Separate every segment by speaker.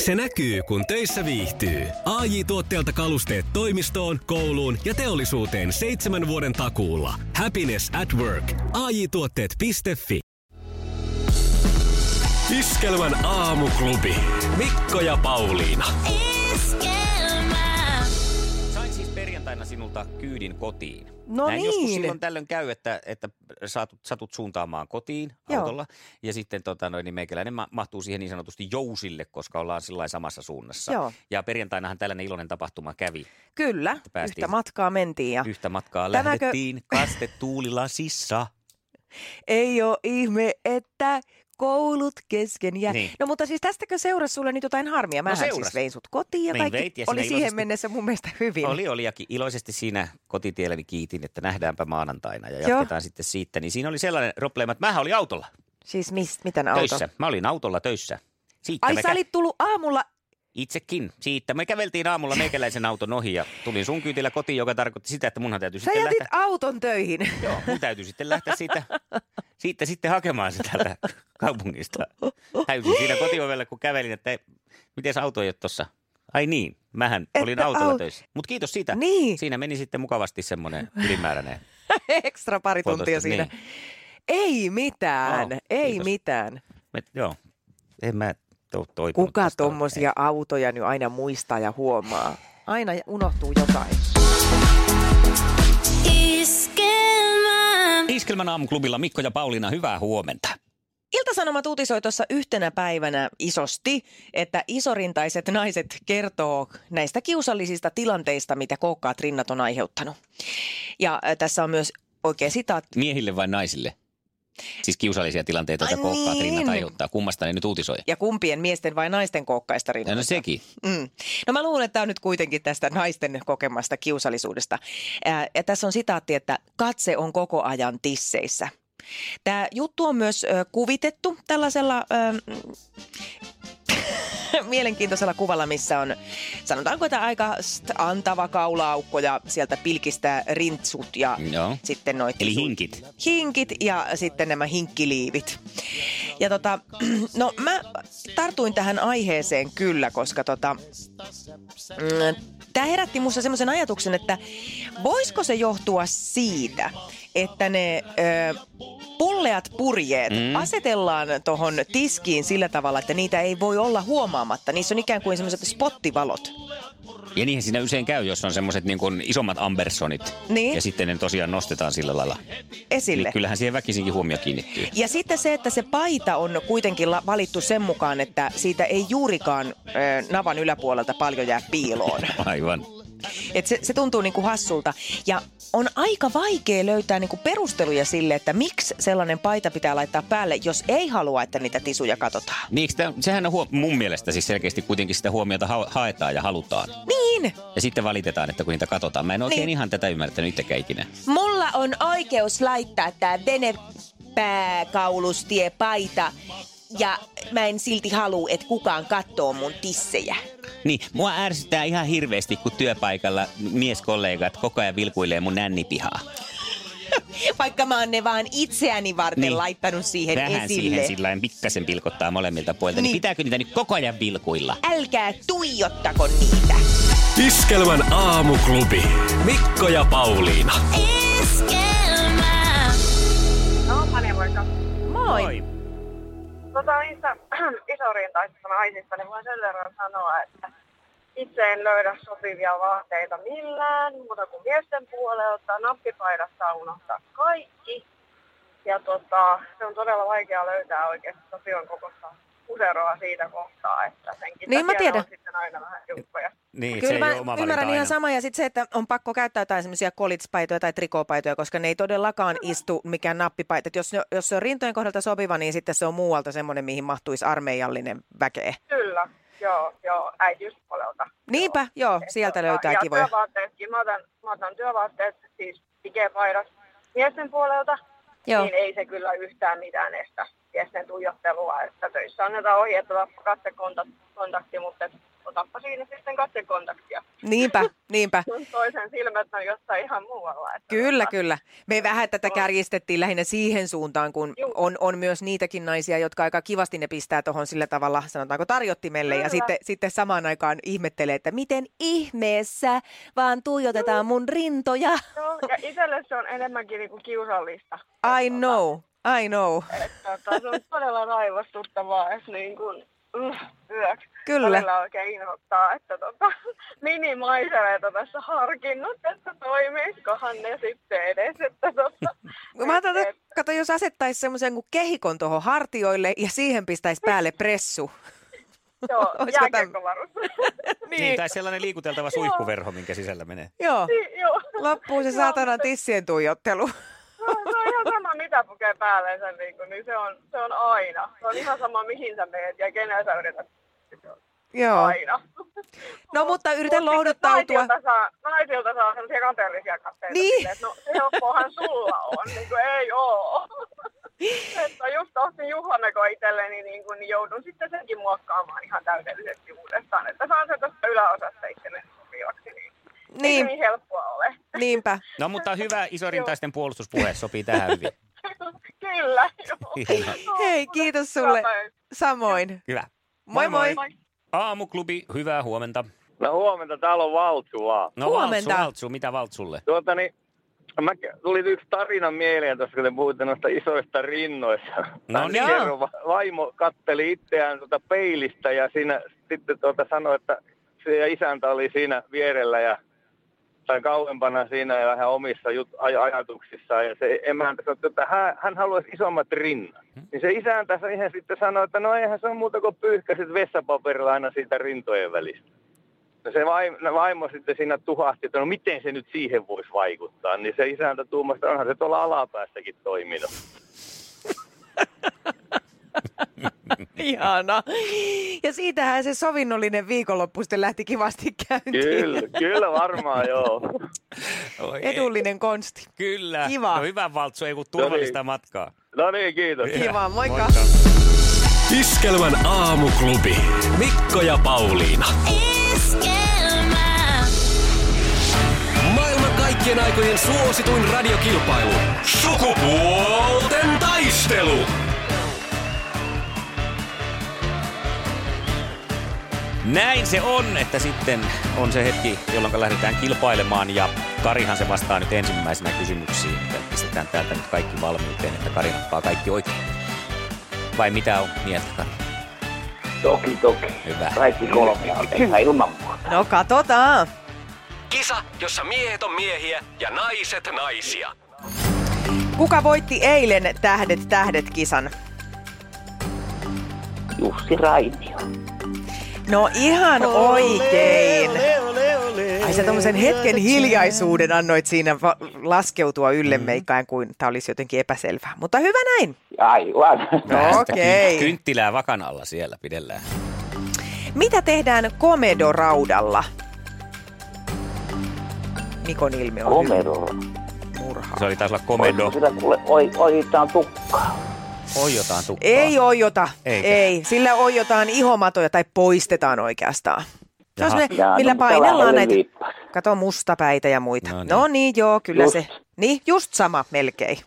Speaker 1: Se näkyy, kun töissä viihtyy. ai tuotteelta kalusteet toimistoon, kouluun ja teollisuuteen seitsemän vuoden takuulla. Happiness at work. ai tuotteetfi Iskelmän aamuklubi. Mikko ja Pauliina.
Speaker 2: Iskelmä.
Speaker 3: Sain siis perjantaina sinulta kyydin kotiin.
Speaker 4: No
Speaker 3: Näin joskus
Speaker 4: niin.
Speaker 3: silloin tällöin käy, että, että saatut, satut suuntaamaan kotiin
Speaker 4: Joo.
Speaker 3: autolla. Ja sitten tota, noin, niin meikäläinen ma- mahtuu siihen niin sanotusti jousille, koska ollaan sillä lailla samassa suunnassa.
Speaker 4: Joo.
Speaker 3: Ja perjantainahan tällainen iloinen tapahtuma kävi.
Speaker 4: Kyllä,
Speaker 3: päästiin.
Speaker 4: yhtä matkaa mentiin ja
Speaker 3: Yhtä matkaa
Speaker 4: Ah. Tänäkö-
Speaker 3: lähdettiin kastetuulilasissa.
Speaker 4: ei ole ihme, että koulut kesken jää.
Speaker 3: Niin. No,
Speaker 4: Niin. No mutta siis tästäkö seurasi sulle nyt jotain harmia? Mähän
Speaker 3: seurasi.
Speaker 4: siis vein sut kotiin ja
Speaker 3: Niin,
Speaker 4: kaikki
Speaker 3: veit ja
Speaker 4: oli
Speaker 3: sinä
Speaker 4: siihen
Speaker 3: iloisesti-
Speaker 4: mennessä mun mielestä hyvin.
Speaker 3: Oli, oli. Ja ki- iloisesti siinä kotitielläni kiitin, että nähdäänpä maanantaina ja
Speaker 4: Joo.
Speaker 3: jatketaan sitten siitä. Niin siinä oli sellainen probleema, että mähän olin autolla
Speaker 4: Siis mis, miten
Speaker 3: Auto.
Speaker 4: auto?
Speaker 3: töissä. Mä olin autolla töissä. Siitä
Speaker 4: Ai
Speaker 3: me
Speaker 4: sä
Speaker 3: kä-
Speaker 4: olit tullut aamulla,
Speaker 3: Itsekin siitä. Me käveltiin aamulla meikäläisen auton ohi ja tulin sun kyytillä kotiin, joka tarkoitti sitä, että munhan täytyy
Speaker 4: sä
Speaker 3: sitten
Speaker 4: jätit
Speaker 3: lähteä.
Speaker 4: auton töihin.
Speaker 3: Joo, mun täytyy sitten lähteä siitä, siitä sitten hakemaan sitä täältä kaupungista. Täysin siinä kotiovella, kun kävelin, että miten auto ei ole tossa. Ai niin, mähän
Speaker 4: Että
Speaker 3: olin autolla
Speaker 4: au-
Speaker 3: töissä. Mutta kiitos siitä.
Speaker 4: Niin.
Speaker 3: Siinä meni sitten mukavasti semmoinen ylimääräinen.
Speaker 4: Ekstra pari
Speaker 3: Puolitoista,
Speaker 4: tuntia siinä.
Speaker 3: niin.
Speaker 4: Ei mitään,
Speaker 3: Joo,
Speaker 4: ei
Speaker 3: kiitos.
Speaker 4: mitään.
Speaker 3: Me, joo, en mä to, toipunut
Speaker 4: Kuka
Speaker 3: tästä oikein.
Speaker 4: tommosia autoja nyt aina muistaa ja huomaa? Aina unohtuu jotain.
Speaker 2: Iskelmä.
Speaker 3: Iskelmän aamuklubilla Mikko ja Pauliina, hyvää huomenta.
Speaker 4: Iltasanomat uutisoi tuossa yhtenä päivänä isosti, että isorintaiset naiset kertoo näistä kiusallisista tilanteista, mitä koukkaat rinnat on aiheuttanut. Ja äh, tässä on myös oikea sitaatti.
Speaker 3: miehille vai naisille? Siis kiusallisia tilanteita, joita
Speaker 4: Ai
Speaker 3: koukkaat
Speaker 4: niin.
Speaker 3: rinnat aiheuttaa. Kummasta ne nyt uutisoi?
Speaker 4: Ja kumpien miesten vai naisten koukkaista
Speaker 3: Ja
Speaker 4: rinnat?
Speaker 3: no sekin.
Speaker 4: Mm. No mä luulen, että tämä on nyt kuitenkin tästä naisten kokemasta kiusallisuudesta. Ää, ja tässä on sitaatti, että katse on koko ajan tisseissä. Tämä juttu on myös ö, kuvitettu tällaisella ö, mm, mielenkiintoisella kuvalla, missä on sanotaanko tämä aika st- antava kaulaaukko ja sieltä pilkistää rintsut ja
Speaker 3: Joo.
Speaker 4: sitten noit
Speaker 3: Mm. No. Eli hinkit.
Speaker 4: hinkit ja sitten nämä hinkkiliivit. Ja tota, no mä tartuin tähän aiheeseen kyllä, koska tota, tämä herätti musta semmoisen ajatuksen, että voisiko se johtua siitä, että ne ö, pulleat purjeet mm. asetellaan tuohon tiskiin sillä tavalla, että niitä ei voi olla huomaamatta. Niissä on ikään kuin semmoiset spottivalot.
Speaker 3: Ja niihin siinä usein käy, jos on semmoiset niin kuin isommat Ambersonit.
Speaker 4: Niin.
Speaker 3: Ja sitten ne tosiaan nostetaan sillä lailla.
Speaker 4: Esille.
Speaker 3: Niin kyllähän siihen väkisinkin huomio kiinnittyy.
Speaker 4: Ja sitten se, että se paita on kuitenkin la- valittu sen mukaan, että siitä ei juurikaan ö, navan yläpuolelta paljon jää piiloon.
Speaker 3: Aivan.
Speaker 4: Et se, se tuntuu niinku hassulta. Ja on aika vaikea löytää niinku perusteluja sille, että miksi sellainen paita pitää laittaa päälle, jos ei halua, että niitä tisuja katsotaan.
Speaker 3: Niin, eikö tää- sehän on huo- mun mielestä siis selkeästi kuitenkin sitä huomiota ha- haetaan ja halutaan.
Speaker 4: Niin!
Speaker 3: Ja sitten valitetaan, että kun niitä katsotaan. Mä en oikein
Speaker 4: Niin.
Speaker 3: ihan tätä ymmärtänyt itsekään ikinä.
Speaker 4: Mulla on oikeus laittaa tää vene pääkaulustiepaita ja mä en silti halua, että kukaan kattoo mun tissejä.
Speaker 3: Niin, mua ärsyttää ihan hirveästi, kun työpaikalla mieskollegat koko ajan vilkuilee mun nännipihaa.
Speaker 4: Vaikka mä oon ne vaan itseäni varten
Speaker 3: Niin.
Speaker 4: niin. laittanut siihen
Speaker 3: vähän
Speaker 4: esille.
Speaker 3: siihen sillä pikkasen pilkottaa molemmilta puolilta. Niin.
Speaker 4: Niin.
Speaker 3: pitääkö niitä nyt koko ajan vilkuilla?
Speaker 4: Älkää tuijottako niitä.
Speaker 1: Iskelmän aamuklubi. Mikko ja Pauliina.
Speaker 2: Iskelmä.
Speaker 5: No, Pani, moikka.
Speaker 4: Moi.
Speaker 5: Tota, niistä isorintaisista naisista, niin voin sen verran sanoa, että itse en löydä sopivia vaatteita millään, muuta kuin miesten puolelta, nappipaidasta unohtaa kaikki. Ja tota, se on todella vaikea löytää oikeasti sopivan kokosta kuseroa siitä kohtaa, että senkin
Speaker 4: Niin mä
Speaker 5: takia ne
Speaker 4: tiedän.
Speaker 5: on sitten aina vähän tiukkoja.
Speaker 3: Niin,
Speaker 4: Kyllä mä ymmärrän ihan sama. Ja sitten se, että on pakko käyttää jotain semmoisia kolitspaitoja tai trikopaitoja, koska ne ei todellakaan istu mikään nappipaita. Et Jos, ne- jos se on rintojen kohdalta sopiva, niin sitten se on muualta semmoinen, mihin mahtuisi armeijallinen väkeä.
Speaker 5: Kyllä, joo, joo, äitiyspuolelta.
Speaker 4: Niinpä, joo, sieltä
Speaker 5: tota,
Speaker 4: löytää
Speaker 5: ja
Speaker 4: kivoja.
Speaker 5: Työvaatteetkin, mä otan, mä otan työvaatteet siis pikepaidat miesten puolelta,
Speaker 4: Joo.
Speaker 5: niin ei se kyllä yhtään mitään estä miesten tuijottelua, että töissä annetaan ohje, että tappa katsekontakti, mutta et otappa siinä sitten katsekontaktia.
Speaker 4: Niinpä, niinpä.
Speaker 5: Kun toisen silmät on jossain ihan muualla. Että
Speaker 4: Kyllä,
Speaker 5: tota,
Speaker 4: kyllä. Me vähän tätä kärjistettiin lähinnä siihen suuntaan, kun
Speaker 5: Juu.
Speaker 4: on, on myös niitäkin naisia, jotka aika kivasti ne pistää tuohon sillä tavalla, sanotaanko tarjottimelle, ja
Speaker 5: Kyllä.
Speaker 4: sitten, sitten samaan aikaan ihmettelee, että miten ihmeessä vaan tuijotetaan mun rintoja.
Speaker 5: Joo, ja itselle se on enemmänkin niinku kiusallista.
Speaker 4: I
Speaker 5: Tota,
Speaker 4: know, I know.
Speaker 5: että tota, se on todella raivostuttavaa, että niin kuin, mm, yök.
Speaker 4: Kyllä.
Speaker 5: Välillä oikein inhottaa, että tota, minimaisereita tässä harkinnut, että toimisikohan ne sitten edes. Että tota,
Speaker 4: Mä ajattelin, että
Speaker 5: että-
Speaker 4: kato, jos asettaisi semmoisen kuin kehikon tuohon hartioille ja siihen pistäisi päälle pressu.
Speaker 5: Joo,
Speaker 4: Olisiko täm-
Speaker 5: jääkiekkovarus.
Speaker 3: Niin, tai sellainen liikuteltava suihkuverho, minkä sisällä menee.
Speaker 4: Joo,
Speaker 5: Niin, Joo,
Speaker 4: loppuu se
Speaker 5: Joo,
Speaker 4: saatanan tissien tuijottelu.
Speaker 5: se on- se on ihan sama, mitä pukee päälleensä, niin, kuin, niin se, on, se on aina. Se on ihan sama, mihin sä meet ja kenen sä yrität.
Speaker 4: Joo.
Speaker 5: Aina.
Speaker 4: No mutta yritä
Speaker 5: Mut sitten
Speaker 4: lohduttautua.
Speaker 5: Naisilta saa, naisilta saa sellaisia kateellisia katteita.
Speaker 4: Niin.
Speaker 5: silleen, että no helppohan sulla on, niin kuin ei oo. Että just ostin juhlameko itselleni, niin, kuin, niin joudun sitten senkin muokkaamaan ihan täydellisesti uudestaan. Että saan se tuosta yläosasta itselleni sopivaksi, niin, ei se
Speaker 4: Niin,
Speaker 5: niin helppoa ole.
Speaker 4: niinpä.
Speaker 3: No mutta hyvä isorintaisten puolustuspuhe sopii tähän hyvin.
Speaker 5: Kyllä, joo.
Speaker 3: Hienoa.
Speaker 5: Joo,
Speaker 4: Hei,
Speaker 5: mutta
Speaker 4: kiitos
Speaker 5: hyvä
Speaker 4: sulle.
Speaker 5: päivä.
Speaker 4: Samoin.
Speaker 3: Hyvä.
Speaker 4: Moi moi.
Speaker 5: Moi.
Speaker 3: Aamuklubi, hyvää huomenta.
Speaker 2: No huomenta, täällä on Valtsula.
Speaker 3: No
Speaker 4: Huomenta.
Speaker 3: Valtsu, Valtsu, mitä Valtsulle?
Speaker 2: Tuota niin, mä ke- tuli yksi tarina mieleen tuossa, kun te puhuitte noista isoista rinnoista.
Speaker 3: No
Speaker 2: Mä
Speaker 3: niin.
Speaker 2: kerron, va- Vaimo katteli itseään tuota peilistä ja siinä sitten tuota sanoi, että se ja isäntä oli siinä vierellä ja tai kauempana siinä ja vähän omissa jut, aj, ajatuksissaan. Ja se emäntä sanoi, että hän, hän haluaisi isommat rinnat.
Speaker 3: Hmm.
Speaker 2: Niin se isäntä siihen sitten sanoi, että no eihän se on muuta kuin pyyhkäiset vessapaperilla aina siitä rintojen välistä. No se vaimo, vaimo sitten siinä tuhahti, että no miten se nyt siihen voisi vaikuttaa. Niin se isäntä tuumasi, että onhan se tuolla alapäässäkin toiminut.
Speaker 4: Ihana. Ja siitähän se sovinnollinen viikonloppu sitten lähti kivasti
Speaker 2: Kyllä,
Speaker 4: käyntiin.
Speaker 2: kyllä varmaan joo.
Speaker 3: Oi, ei.
Speaker 4: Edullinen konsti.
Speaker 3: Kyllä.
Speaker 4: Kiva.
Speaker 3: No hyvä Valtsu, ei kun turvallista
Speaker 2: No niin.
Speaker 3: matkaa.
Speaker 2: No niin, kiitos.
Speaker 4: Kiva, moikka.
Speaker 1: Iskelmän aamuklubi. Mikko ja Pauliina.
Speaker 6: Esquema,
Speaker 1: Maailman kaikkien aikojen suosituin radiokilpailu. Sukupuolten taistelu.
Speaker 3: Näin se on, että sitten on se hetki, jolloin lähdetään kilpailemaan ja Karihan se vastaa nyt ensimmäisenä kysymyksiin. että Pistetään täältä nyt kaikki valmiuteen, että Kari nappaa kaikki oikein. Vai mitä on mieltä, Kari?
Speaker 7: Toki, toki.
Speaker 3: Hyvä.
Speaker 7: Kaikki kolme on ihan ilman muuta.
Speaker 4: No katsotaan.
Speaker 1: Kisa, jossa miehet on miehiä ja naiset naisia.
Speaker 4: Kuka voitti eilen Tähdet tähdet kisan?
Speaker 7: Jussi Rainio.
Speaker 4: No ihan oikein. Ai sä tommosen hetken hiljaisuuden annoit siinä va- laskeutua ylle meikään, kuin tämä olisi jotenkin epäselvää. Mutta hyvä näin.
Speaker 7: Aivan.
Speaker 3: Vähän sitä
Speaker 4: okei.
Speaker 3: ky- Kynttilää vakan alla siellä pidellään.
Speaker 4: Mitä tehdään komedoraudalla? Mikon ilme on hyvä.
Speaker 7: Komerolla.
Speaker 4: murha.
Speaker 3: Se oli taas olla
Speaker 7: Olisiko
Speaker 3: komendo.
Speaker 7: sillä kuule oi, ojitaan tukkaa?
Speaker 3: Oijotaan tukkaa.
Speaker 4: Ei oijota,
Speaker 3: Eikä.
Speaker 4: ei. Sillä oijotaan ihomatoja tai poistetaan oikeastaan. Se
Speaker 3: Jaha.
Speaker 4: on semmoinen,
Speaker 7: Jaa,
Speaker 4: millä
Speaker 7: no, mutta
Speaker 4: painellaan
Speaker 7: vähän
Speaker 4: näitä.
Speaker 7: liippas.
Speaker 4: Kato mustapäitä ja muita.
Speaker 3: No niin.
Speaker 4: No niin, joo, kyllä
Speaker 7: Just.
Speaker 4: se. Niin, just sama melkein.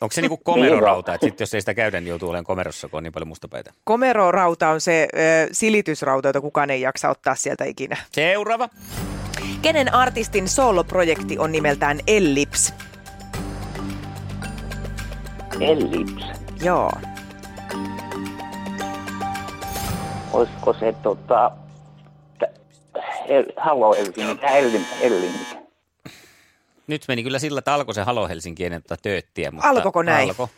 Speaker 3: Onko se niinku komerorauta, että sit jos ei sitä käydä, niin joutuu olemaan komerossa, kun on niin paljon mustapäitä.
Speaker 4: Komerorauta on se ö, silitysrauta, jota kukaan ei jaksa ottaa sieltä ikinä.
Speaker 3: Seuraava.
Speaker 4: Kenen artistin soloprojekti on nimeltään Ellips?
Speaker 7: Ellips.
Speaker 4: Joo.
Speaker 7: Olisiko se tota... tä- El, halo Helsinki, Ellin, Ellin.
Speaker 3: Nyt meni kyllä sillä, että alkoi se Halo Helsinki ennen tuota tööttiä. Mutta
Speaker 4: Alkoiko näin?
Speaker 3: Alko.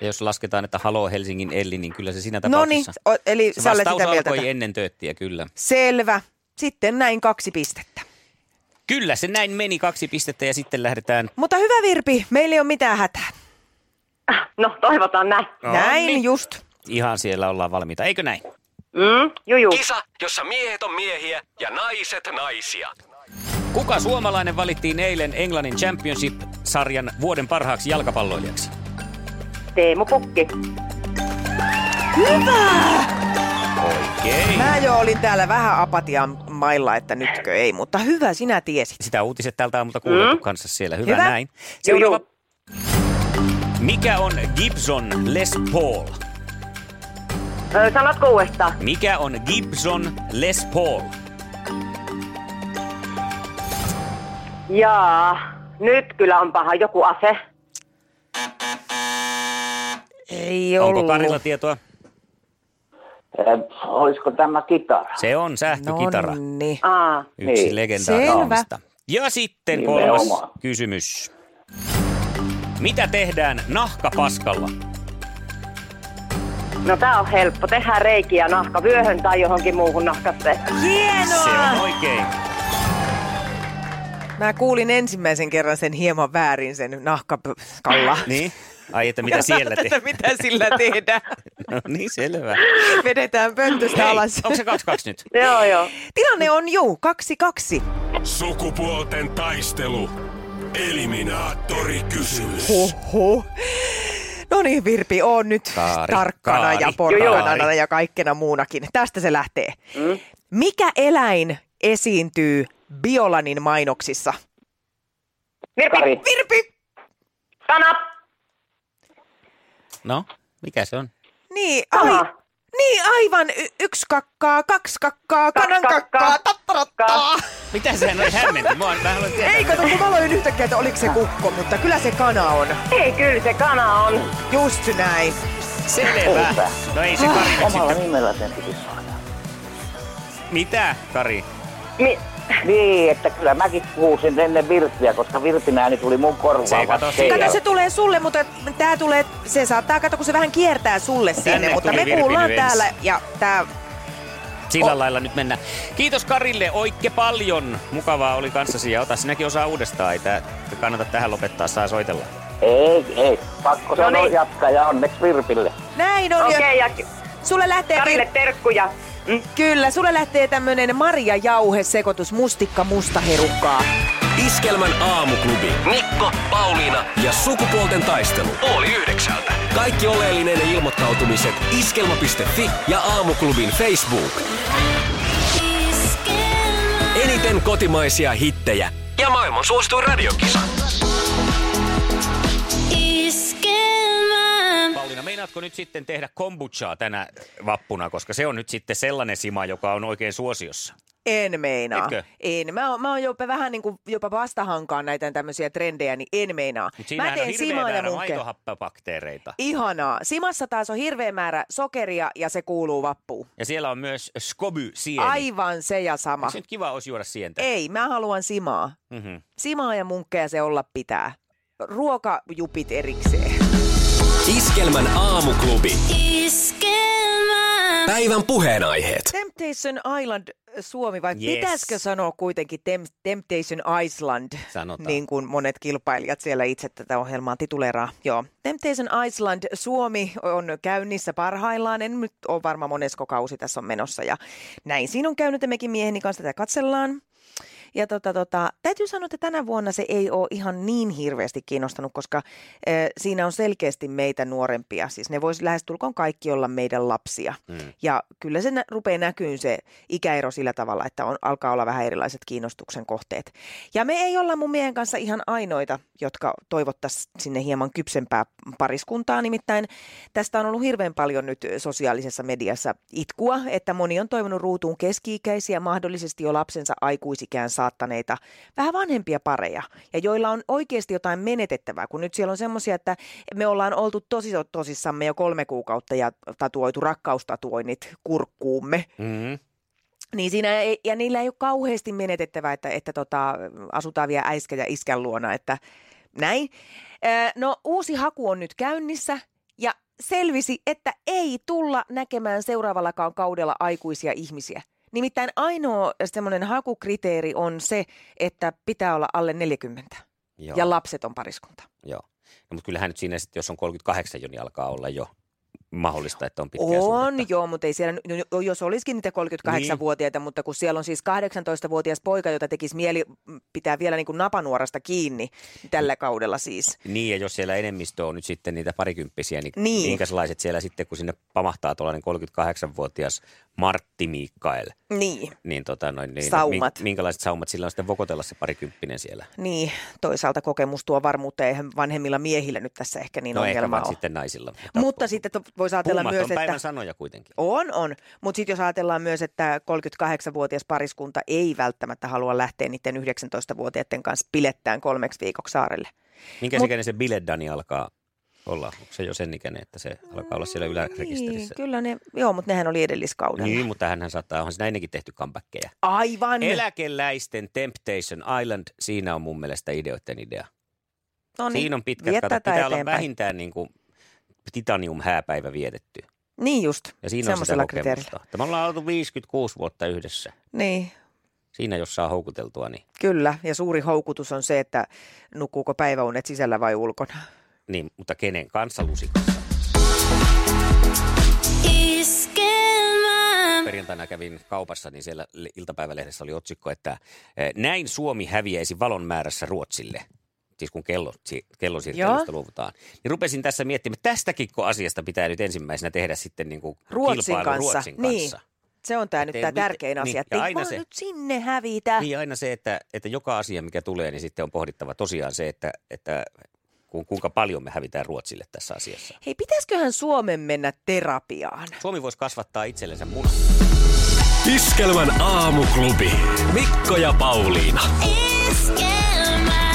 Speaker 3: Ja jos lasketaan, että Halo Helsingin Elli, niin kyllä se siinä
Speaker 4: No niin,
Speaker 3: tapauksessa...
Speaker 4: o- eli
Speaker 3: se
Speaker 4: sä olet
Speaker 3: vastaus
Speaker 4: sitä mieltä.
Speaker 3: alkoi
Speaker 4: että-
Speaker 3: ennen tööttiä, kyllä.
Speaker 4: Selvä. Sitten näin kaksi pistettä.
Speaker 3: Kyllä, se näin meni kaksi pistettä ja sitten lähdetään...
Speaker 4: Mutta hyvä Virpi, meillä ei ole mitään hätää.
Speaker 5: No, toivotaan näin.
Speaker 4: Näin
Speaker 3: niin.
Speaker 4: just.
Speaker 3: Ihan siellä ollaan valmiita, eikö näin?
Speaker 5: Mm, juju.
Speaker 1: Kisa, jossa miehet on miehiä ja naiset naisia.
Speaker 3: Kuka suomalainen valittiin eilen Englannin Championship-sarjan vuoden parhaaksi jalkapalloilijaksi?
Speaker 5: Teemu Pukki.
Speaker 4: Hyvä!
Speaker 3: Oikein.
Speaker 4: Mä jo olin täällä vähän apatian mailla, että nytkö ei, mutta hyvä sinä tiesit.
Speaker 3: Sitä uutiset tältä aamulta kuultu mm. kanssa siellä. Hyvä,
Speaker 4: Hyvä.
Speaker 3: näin. Seuraava. Mikä on Gibson Les Paul?
Speaker 5: Ö, Sanotko uudestaan?
Speaker 3: Mikä on Gibson Les Paul?
Speaker 5: Jaa, nyt kyllä on paha joku ase.
Speaker 4: Ei ollut.
Speaker 3: Onko Karilla tietoa?
Speaker 7: Äh, olisiko tämä kitara?
Speaker 3: Se on sähkökitara.
Speaker 4: Nonni.
Speaker 5: Aa,
Speaker 3: Yksi
Speaker 7: Niin.
Speaker 3: legendaa
Speaker 4: No Selvä.
Speaker 3: Raamista. Ja sitten kolmas
Speaker 7: Nimenomaan.
Speaker 3: kysymys. Mitä tehdään nahkapaskalla?
Speaker 5: no tää on helppo. Tehdään reikiä nahkavyöhön tai johonkin muuhun nahkaste.
Speaker 3: Se on
Speaker 4: Hienoa!
Speaker 3: oikein.
Speaker 4: Mä kuulin ensimmäisen kerran sen hieman väärin sen nahkakalla.
Speaker 3: Niin? Ai että mitä siellä
Speaker 4: Että
Speaker 3: tehdään?
Speaker 4: mitä sillä tehdään.
Speaker 3: No niin, selvä.
Speaker 4: Vedetään pöntöstä
Speaker 3: Hei,
Speaker 4: alas.
Speaker 3: onko se 2-2 nyt?
Speaker 5: Joo, joo.
Speaker 4: Tilanne on juu, kaksi kaksi.
Speaker 1: Sukupuolten taistelu. Eliminaattori kysymys.
Speaker 4: Huhhuh. No niin, Virpi, on nyt
Speaker 3: Kaari,
Speaker 4: tarkkana
Speaker 3: kaari,
Speaker 4: ja
Speaker 3: joo, joo.
Speaker 4: porkanana ja kaikkena muunakin. Tästä se lähtee. Mm? Mikä eläin esiintyy Biolanin mainoksissa?
Speaker 5: Virpi,
Speaker 7: Kari.
Speaker 4: Virpi!
Speaker 5: kana.
Speaker 3: No, mikä se on?
Speaker 4: Niin,
Speaker 5: Kana.
Speaker 4: ai, niin aivan. Y- yksi kakkaa, kaksi kakkaa,
Speaker 5: Kaksi
Speaker 4: kanan kakkaa,
Speaker 5: kakkaa.
Speaker 4: tattarattaa.
Speaker 3: Mitä sehän oli hämmentä? Mä, oon- mä haluan tietää.
Speaker 4: Ei kato, kun mä aloin yhtäkkiä, että oliko se kukko, mutta kyllä se kana on.
Speaker 5: Ei, kyllä se kana on.
Speaker 4: Just näin.
Speaker 3: Selvä. No ei se Kari nyt
Speaker 7: Omalla
Speaker 3: sitten.
Speaker 7: nimellä sen piti saada.
Speaker 3: Mitä, Kari?
Speaker 5: Mi-
Speaker 7: Niin, että kyllä mäkin puhuisin ennen Virpiä, koska Virpin ääni tuli mun korvaan.
Speaker 3: Se ei kato
Speaker 7: vasta
Speaker 3: sitä.
Speaker 7: sen
Speaker 4: Kato, se
Speaker 7: jälkeen.
Speaker 4: tulee sulle, mutta tää tulee, se saattaa, kato, kun se vähän kiertää sulle
Speaker 3: Tänne
Speaker 4: Tänne sinne, mutta
Speaker 3: tuli
Speaker 4: me
Speaker 3: Virpi
Speaker 4: kuullaan
Speaker 3: nyt
Speaker 4: täällä ja tää,
Speaker 3: Sillä lailla nyt mennään. Kiitos Karille oikein paljon. Mukavaa oli kanssasi ja ota sinäkin osaa uudestaan. Ei tää, kannata tähän lopettaa, saa soitella.
Speaker 7: Ei, ei. Pakko
Speaker 5: No
Speaker 7: sanoa
Speaker 5: niin.
Speaker 7: jatkaa ja onneksi Virpille.
Speaker 4: näin on.
Speaker 5: Okei,
Speaker 4: Okay.
Speaker 5: okay,
Speaker 4: Ja
Speaker 5: ja
Speaker 4: sulle lähtee,
Speaker 5: Karille terkkuja. Mm.
Speaker 4: kyllä, sulle lähtee tämmönen marjajauhe sekoitus mustikka mustaherukkaa.
Speaker 1: Iskelmän aamuklubi. Mikko, Pauliina ja sukupuolten taistelu. Oli yhdeksältä. Kaikki oleellinen ilmoittautumiset iskelma.fi ja aamuklubin Facebook. Eniten kotimaisia hittejä ja maailman suosituin radiokisa.
Speaker 6: Iskelmä.
Speaker 3: Pauliina, meinaatko nyt sitten tehdä kombuchaa tänä vappuna, koska se on nyt sitten sellainen sima, joka on oikein suosiossa.
Speaker 4: En meinaa.
Speaker 3: Etkö?
Speaker 4: En. Mä oon, mä oon jopa vähän niin kuin jopa vastahankaan näitä tämmöisiä trendejä, niin en meinaa.
Speaker 3: Mutta
Speaker 4: mä
Speaker 3: siinä on
Speaker 4: teen
Speaker 3: hirveä
Speaker 4: simaa ja
Speaker 3: määrä
Speaker 4: munke.
Speaker 3: maitohappabakteereita.
Speaker 4: Ihanaa. Simassa taas on hirveä määrä sokeria ja se kuuluu vappuun.
Speaker 3: Ja siellä on myös skoby-sieni.
Speaker 4: Aivan se ja sama.
Speaker 3: Onko se nyt kiva olisi juoda sientä?
Speaker 4: Ei, mä haluan simaa.
Speaker 3: Mm-hmm.
Speaker 4: Simaa ja munkkeja se olla pitää. Ruokajupit erikseen.
Speaker 1: Iskelmän aamuklubi.
Speaker 6: Iskelmä.
Speaker 1: Päivän puheenaiheet.
Speaker 4: Temptation Island äh, Suomi vai
Speaker 3: Yes.
Speaker 4: yes. pitäisikö sanoa kuitenkin tem- Temptation Iceland?
Speaker 3: Sanotaan.
Speaker 4: Niin kuin monet kilpailijat siellä itse tätä ohjelmaa tituleeraa. Joo. Temptation Iceland Suomi on käynnissä parhaillaan. En nyt ole varma monesko kausi tässä on menossa. Ja näin siinä on käynyt ja mekin mieheni kanssa tätä katsellaan. Ja tota, tota, täytyy sanoa, että tänä vuonna se ei ole ihan niin hirveästi kiinnostanut, koska äh, siinä on selkeästi meitä nuorempia. Siis ne voisi lähestulkoon kaikki olla meidän lapsia.
Speaker 3: Mm.
Speaker 4: Ja kyllä se nä- rupeaa näkyyn se ikäero sillä tavalla, että on, alkaa olla vähän erilaiset kiinnostuksen kohteet. Ja me ei olla mun miehen kanssa ihan ainoita, jotka toivottaisiin sinne hieman kypsempää pariskuntaa. Nimittäin tästä on ollut hirveän paljon nyt sosiaalisessa mediassa itkua, että moni on toivonut ruutuun keski-ikäisiä, mahdollisesti jo lapsensa aikuisikään saattaneita, vähän vanhempia pareja, ja joilla on oikeasti jotain menetettävää, kun nyt siellä on semmoisia, että me ollaan oltu tosi tosissamme jo kolme kuukautta ja tatuoitu rakkaustatuoinnit kurkkuumme.
Speaker 3: Mm-hmm.
Speaker 4: Niin siinä ei, ja niillä ei ole kauheasti menetettävää, että, että tota, asutaan vielä äiskä ja iskän luona, että näin. Ö, No uusi haku on nyt käynnissä ja selvisi, että ei tulla näkemään seuraavallakaan kaudella aikuisia ihmisiä. Nimittäin ainoa semmoinen hakukriteeri on se, että pitää olla alle 40
Speaker 3: Joo,
Speaker 4: ja lapset on pariskunta.
Speaker 3: joo. No, mutta kyllähän nyt siinä sitten, jos on 38 jo, niin alkaa olla jo mahdollista, että on pitkä
Speaker 4: On, joo, mutta ei siellä, no, jos olisikin niitä
Speaker 3: Niin.
Speaker 4: 38-vuotiaita, mutta kun siellä on siis 18-vuotias poika, jota tekisi mieli mm, pitää vielä niin kuin napanuorasta kiinni tällä kaudella siis.
Speaker 3: Niin, ja jos siellä enemmistö on nyt sitten niitä parikymppisiä, niin,
Speaker 4: Niin.
Speaker 3: niin. minkälaiset siellä sitten, kun sinne pamahtaa tuollainen 38-vuotias Martti Mikael,
Speaker 4: Niin,
Speaker 3: niin, tota, noin, niin
Speaker 4: Saumat.
Speaker 3: min- minkälaiset saumat sillä on sitten vokotella se parikymppinen siellä?
Speaker 4: niin, toisaalta kokemus tuo varmuutta, eihän vanhemmilla miehillä nyt tässä ehkä niin
Speaker 3: no ehkä
Speaker 4: ongelma
Speaker 3: vaan
Speaker 4: ole.
Speaker 3: sitten naisilla.
Speaker 4: Mutta sitten to- voisi ajatella
Speaker 3: Kummat
Speaker 4: myös,
Speaker 3: on päivän
Speaker 4: että...
Speaker 3: sanoja kuitenkin.
Speaker 4: On, on. Mutta sitten jos ajatellaan myös, että 38-vuotias pariskunta ei välttämättä halua lähteä niiden 19-vuotiaiden kanssa pilettään kolmeksi viikoksi saarelle.
Speaker 3: Minkä
Speaker 4: Mut-
Speaker 3: Mut... ikäinen se biledani alkaa olla? Onko se jo sen ikäinen, että se alkaa olla siellä ylärekisterissä?
Speaker 4: Mm, Niin, kyllä ne, joo, mutta nehän oli edelliskaudella.
Speaker 3: Niin, mutta hänhän saattaa, onhan siinä ennenkin tehty comebackkejä.
Speaker 4: Aivan.
Speaker 3: Eläkeläisten Temptation Island, siinä on mun mielestä ideoiden idea.
Speaker 4: no
Speaker 3: Niin, siinä on pitkät katot. Pitää eteenpäin. olla vähintään niin kuin titanium-hääpäivä vietetty.
Speaker 4: Niin just,
Speaker 3: Ja siinä on sitä
Speaker 4: Semmoisella kriteerillä.
Speaker 3: kokemusta. Että Me ollaan oltu 56 vuotta yhdessä.
Speaker 4: niin.
Speaker 3: Siinä, jos saa houkuteltua, niin,
Speaker 4: Kyllä, ja suuri houkutus on se, että nukkuuko päiväunet sisällä vai ulkona.
Speaker 3: niin mutta kenen kanssa lusikassa?
Speaker 6: Iskelmä.
Speaker 3: Perjantaina kävin kaupassa, niin siellä le- iltapäivälehdessä oli otsikko, että eh, näin Suomi häviäisi valon määrässä Ruotsille. Siis kun kello, si- kellonsiirtelystä
Speaker 4: Joo.
Speaker 3: luovutaan. Niin rupesin tässä miettimään, että tästäkin asiasta pitää nyt ensimmäisenä tehdä sitten niin kuin
Speaker 4: Ruotsin
Speaker 3: kilpailu
Speaker 4: kanssa,
Speaker 3: Ruotsin
Speaker 4: niin.
Speaker 3: kanssa.
Speaker 4: Se on tämä nyt
Speaker 3: Ettei
Speaker 4: tämä
Speaker 3: mit-
Speaker 4: tärkein
Speaker 3: niin,
Speaker 4: asia,
Speaker 3: ja
Speaker 4: että ei
Speaker 3: aina
Speaker 4: vaan
Speaker 3: se-
Speaker 4: nyt sinne hävitä.
Speaker 3: Niin aina se, että, että joka asia, mikä tulee, niin sitten on pohdittava tosiaan se, että, että ku- kuinka paljon me hävitään Ruotsille tässä asiassa.
Speaker 4: Hei, pitäisiköhän Suomen mennä terapiaan?
Speaker 3: Suomi voisi kasvattaa itsellensä munan.
Speaker 1: Iskelmän aamuklubi. Mikko ja Pauliina.
Speaker 6: Iskelmä.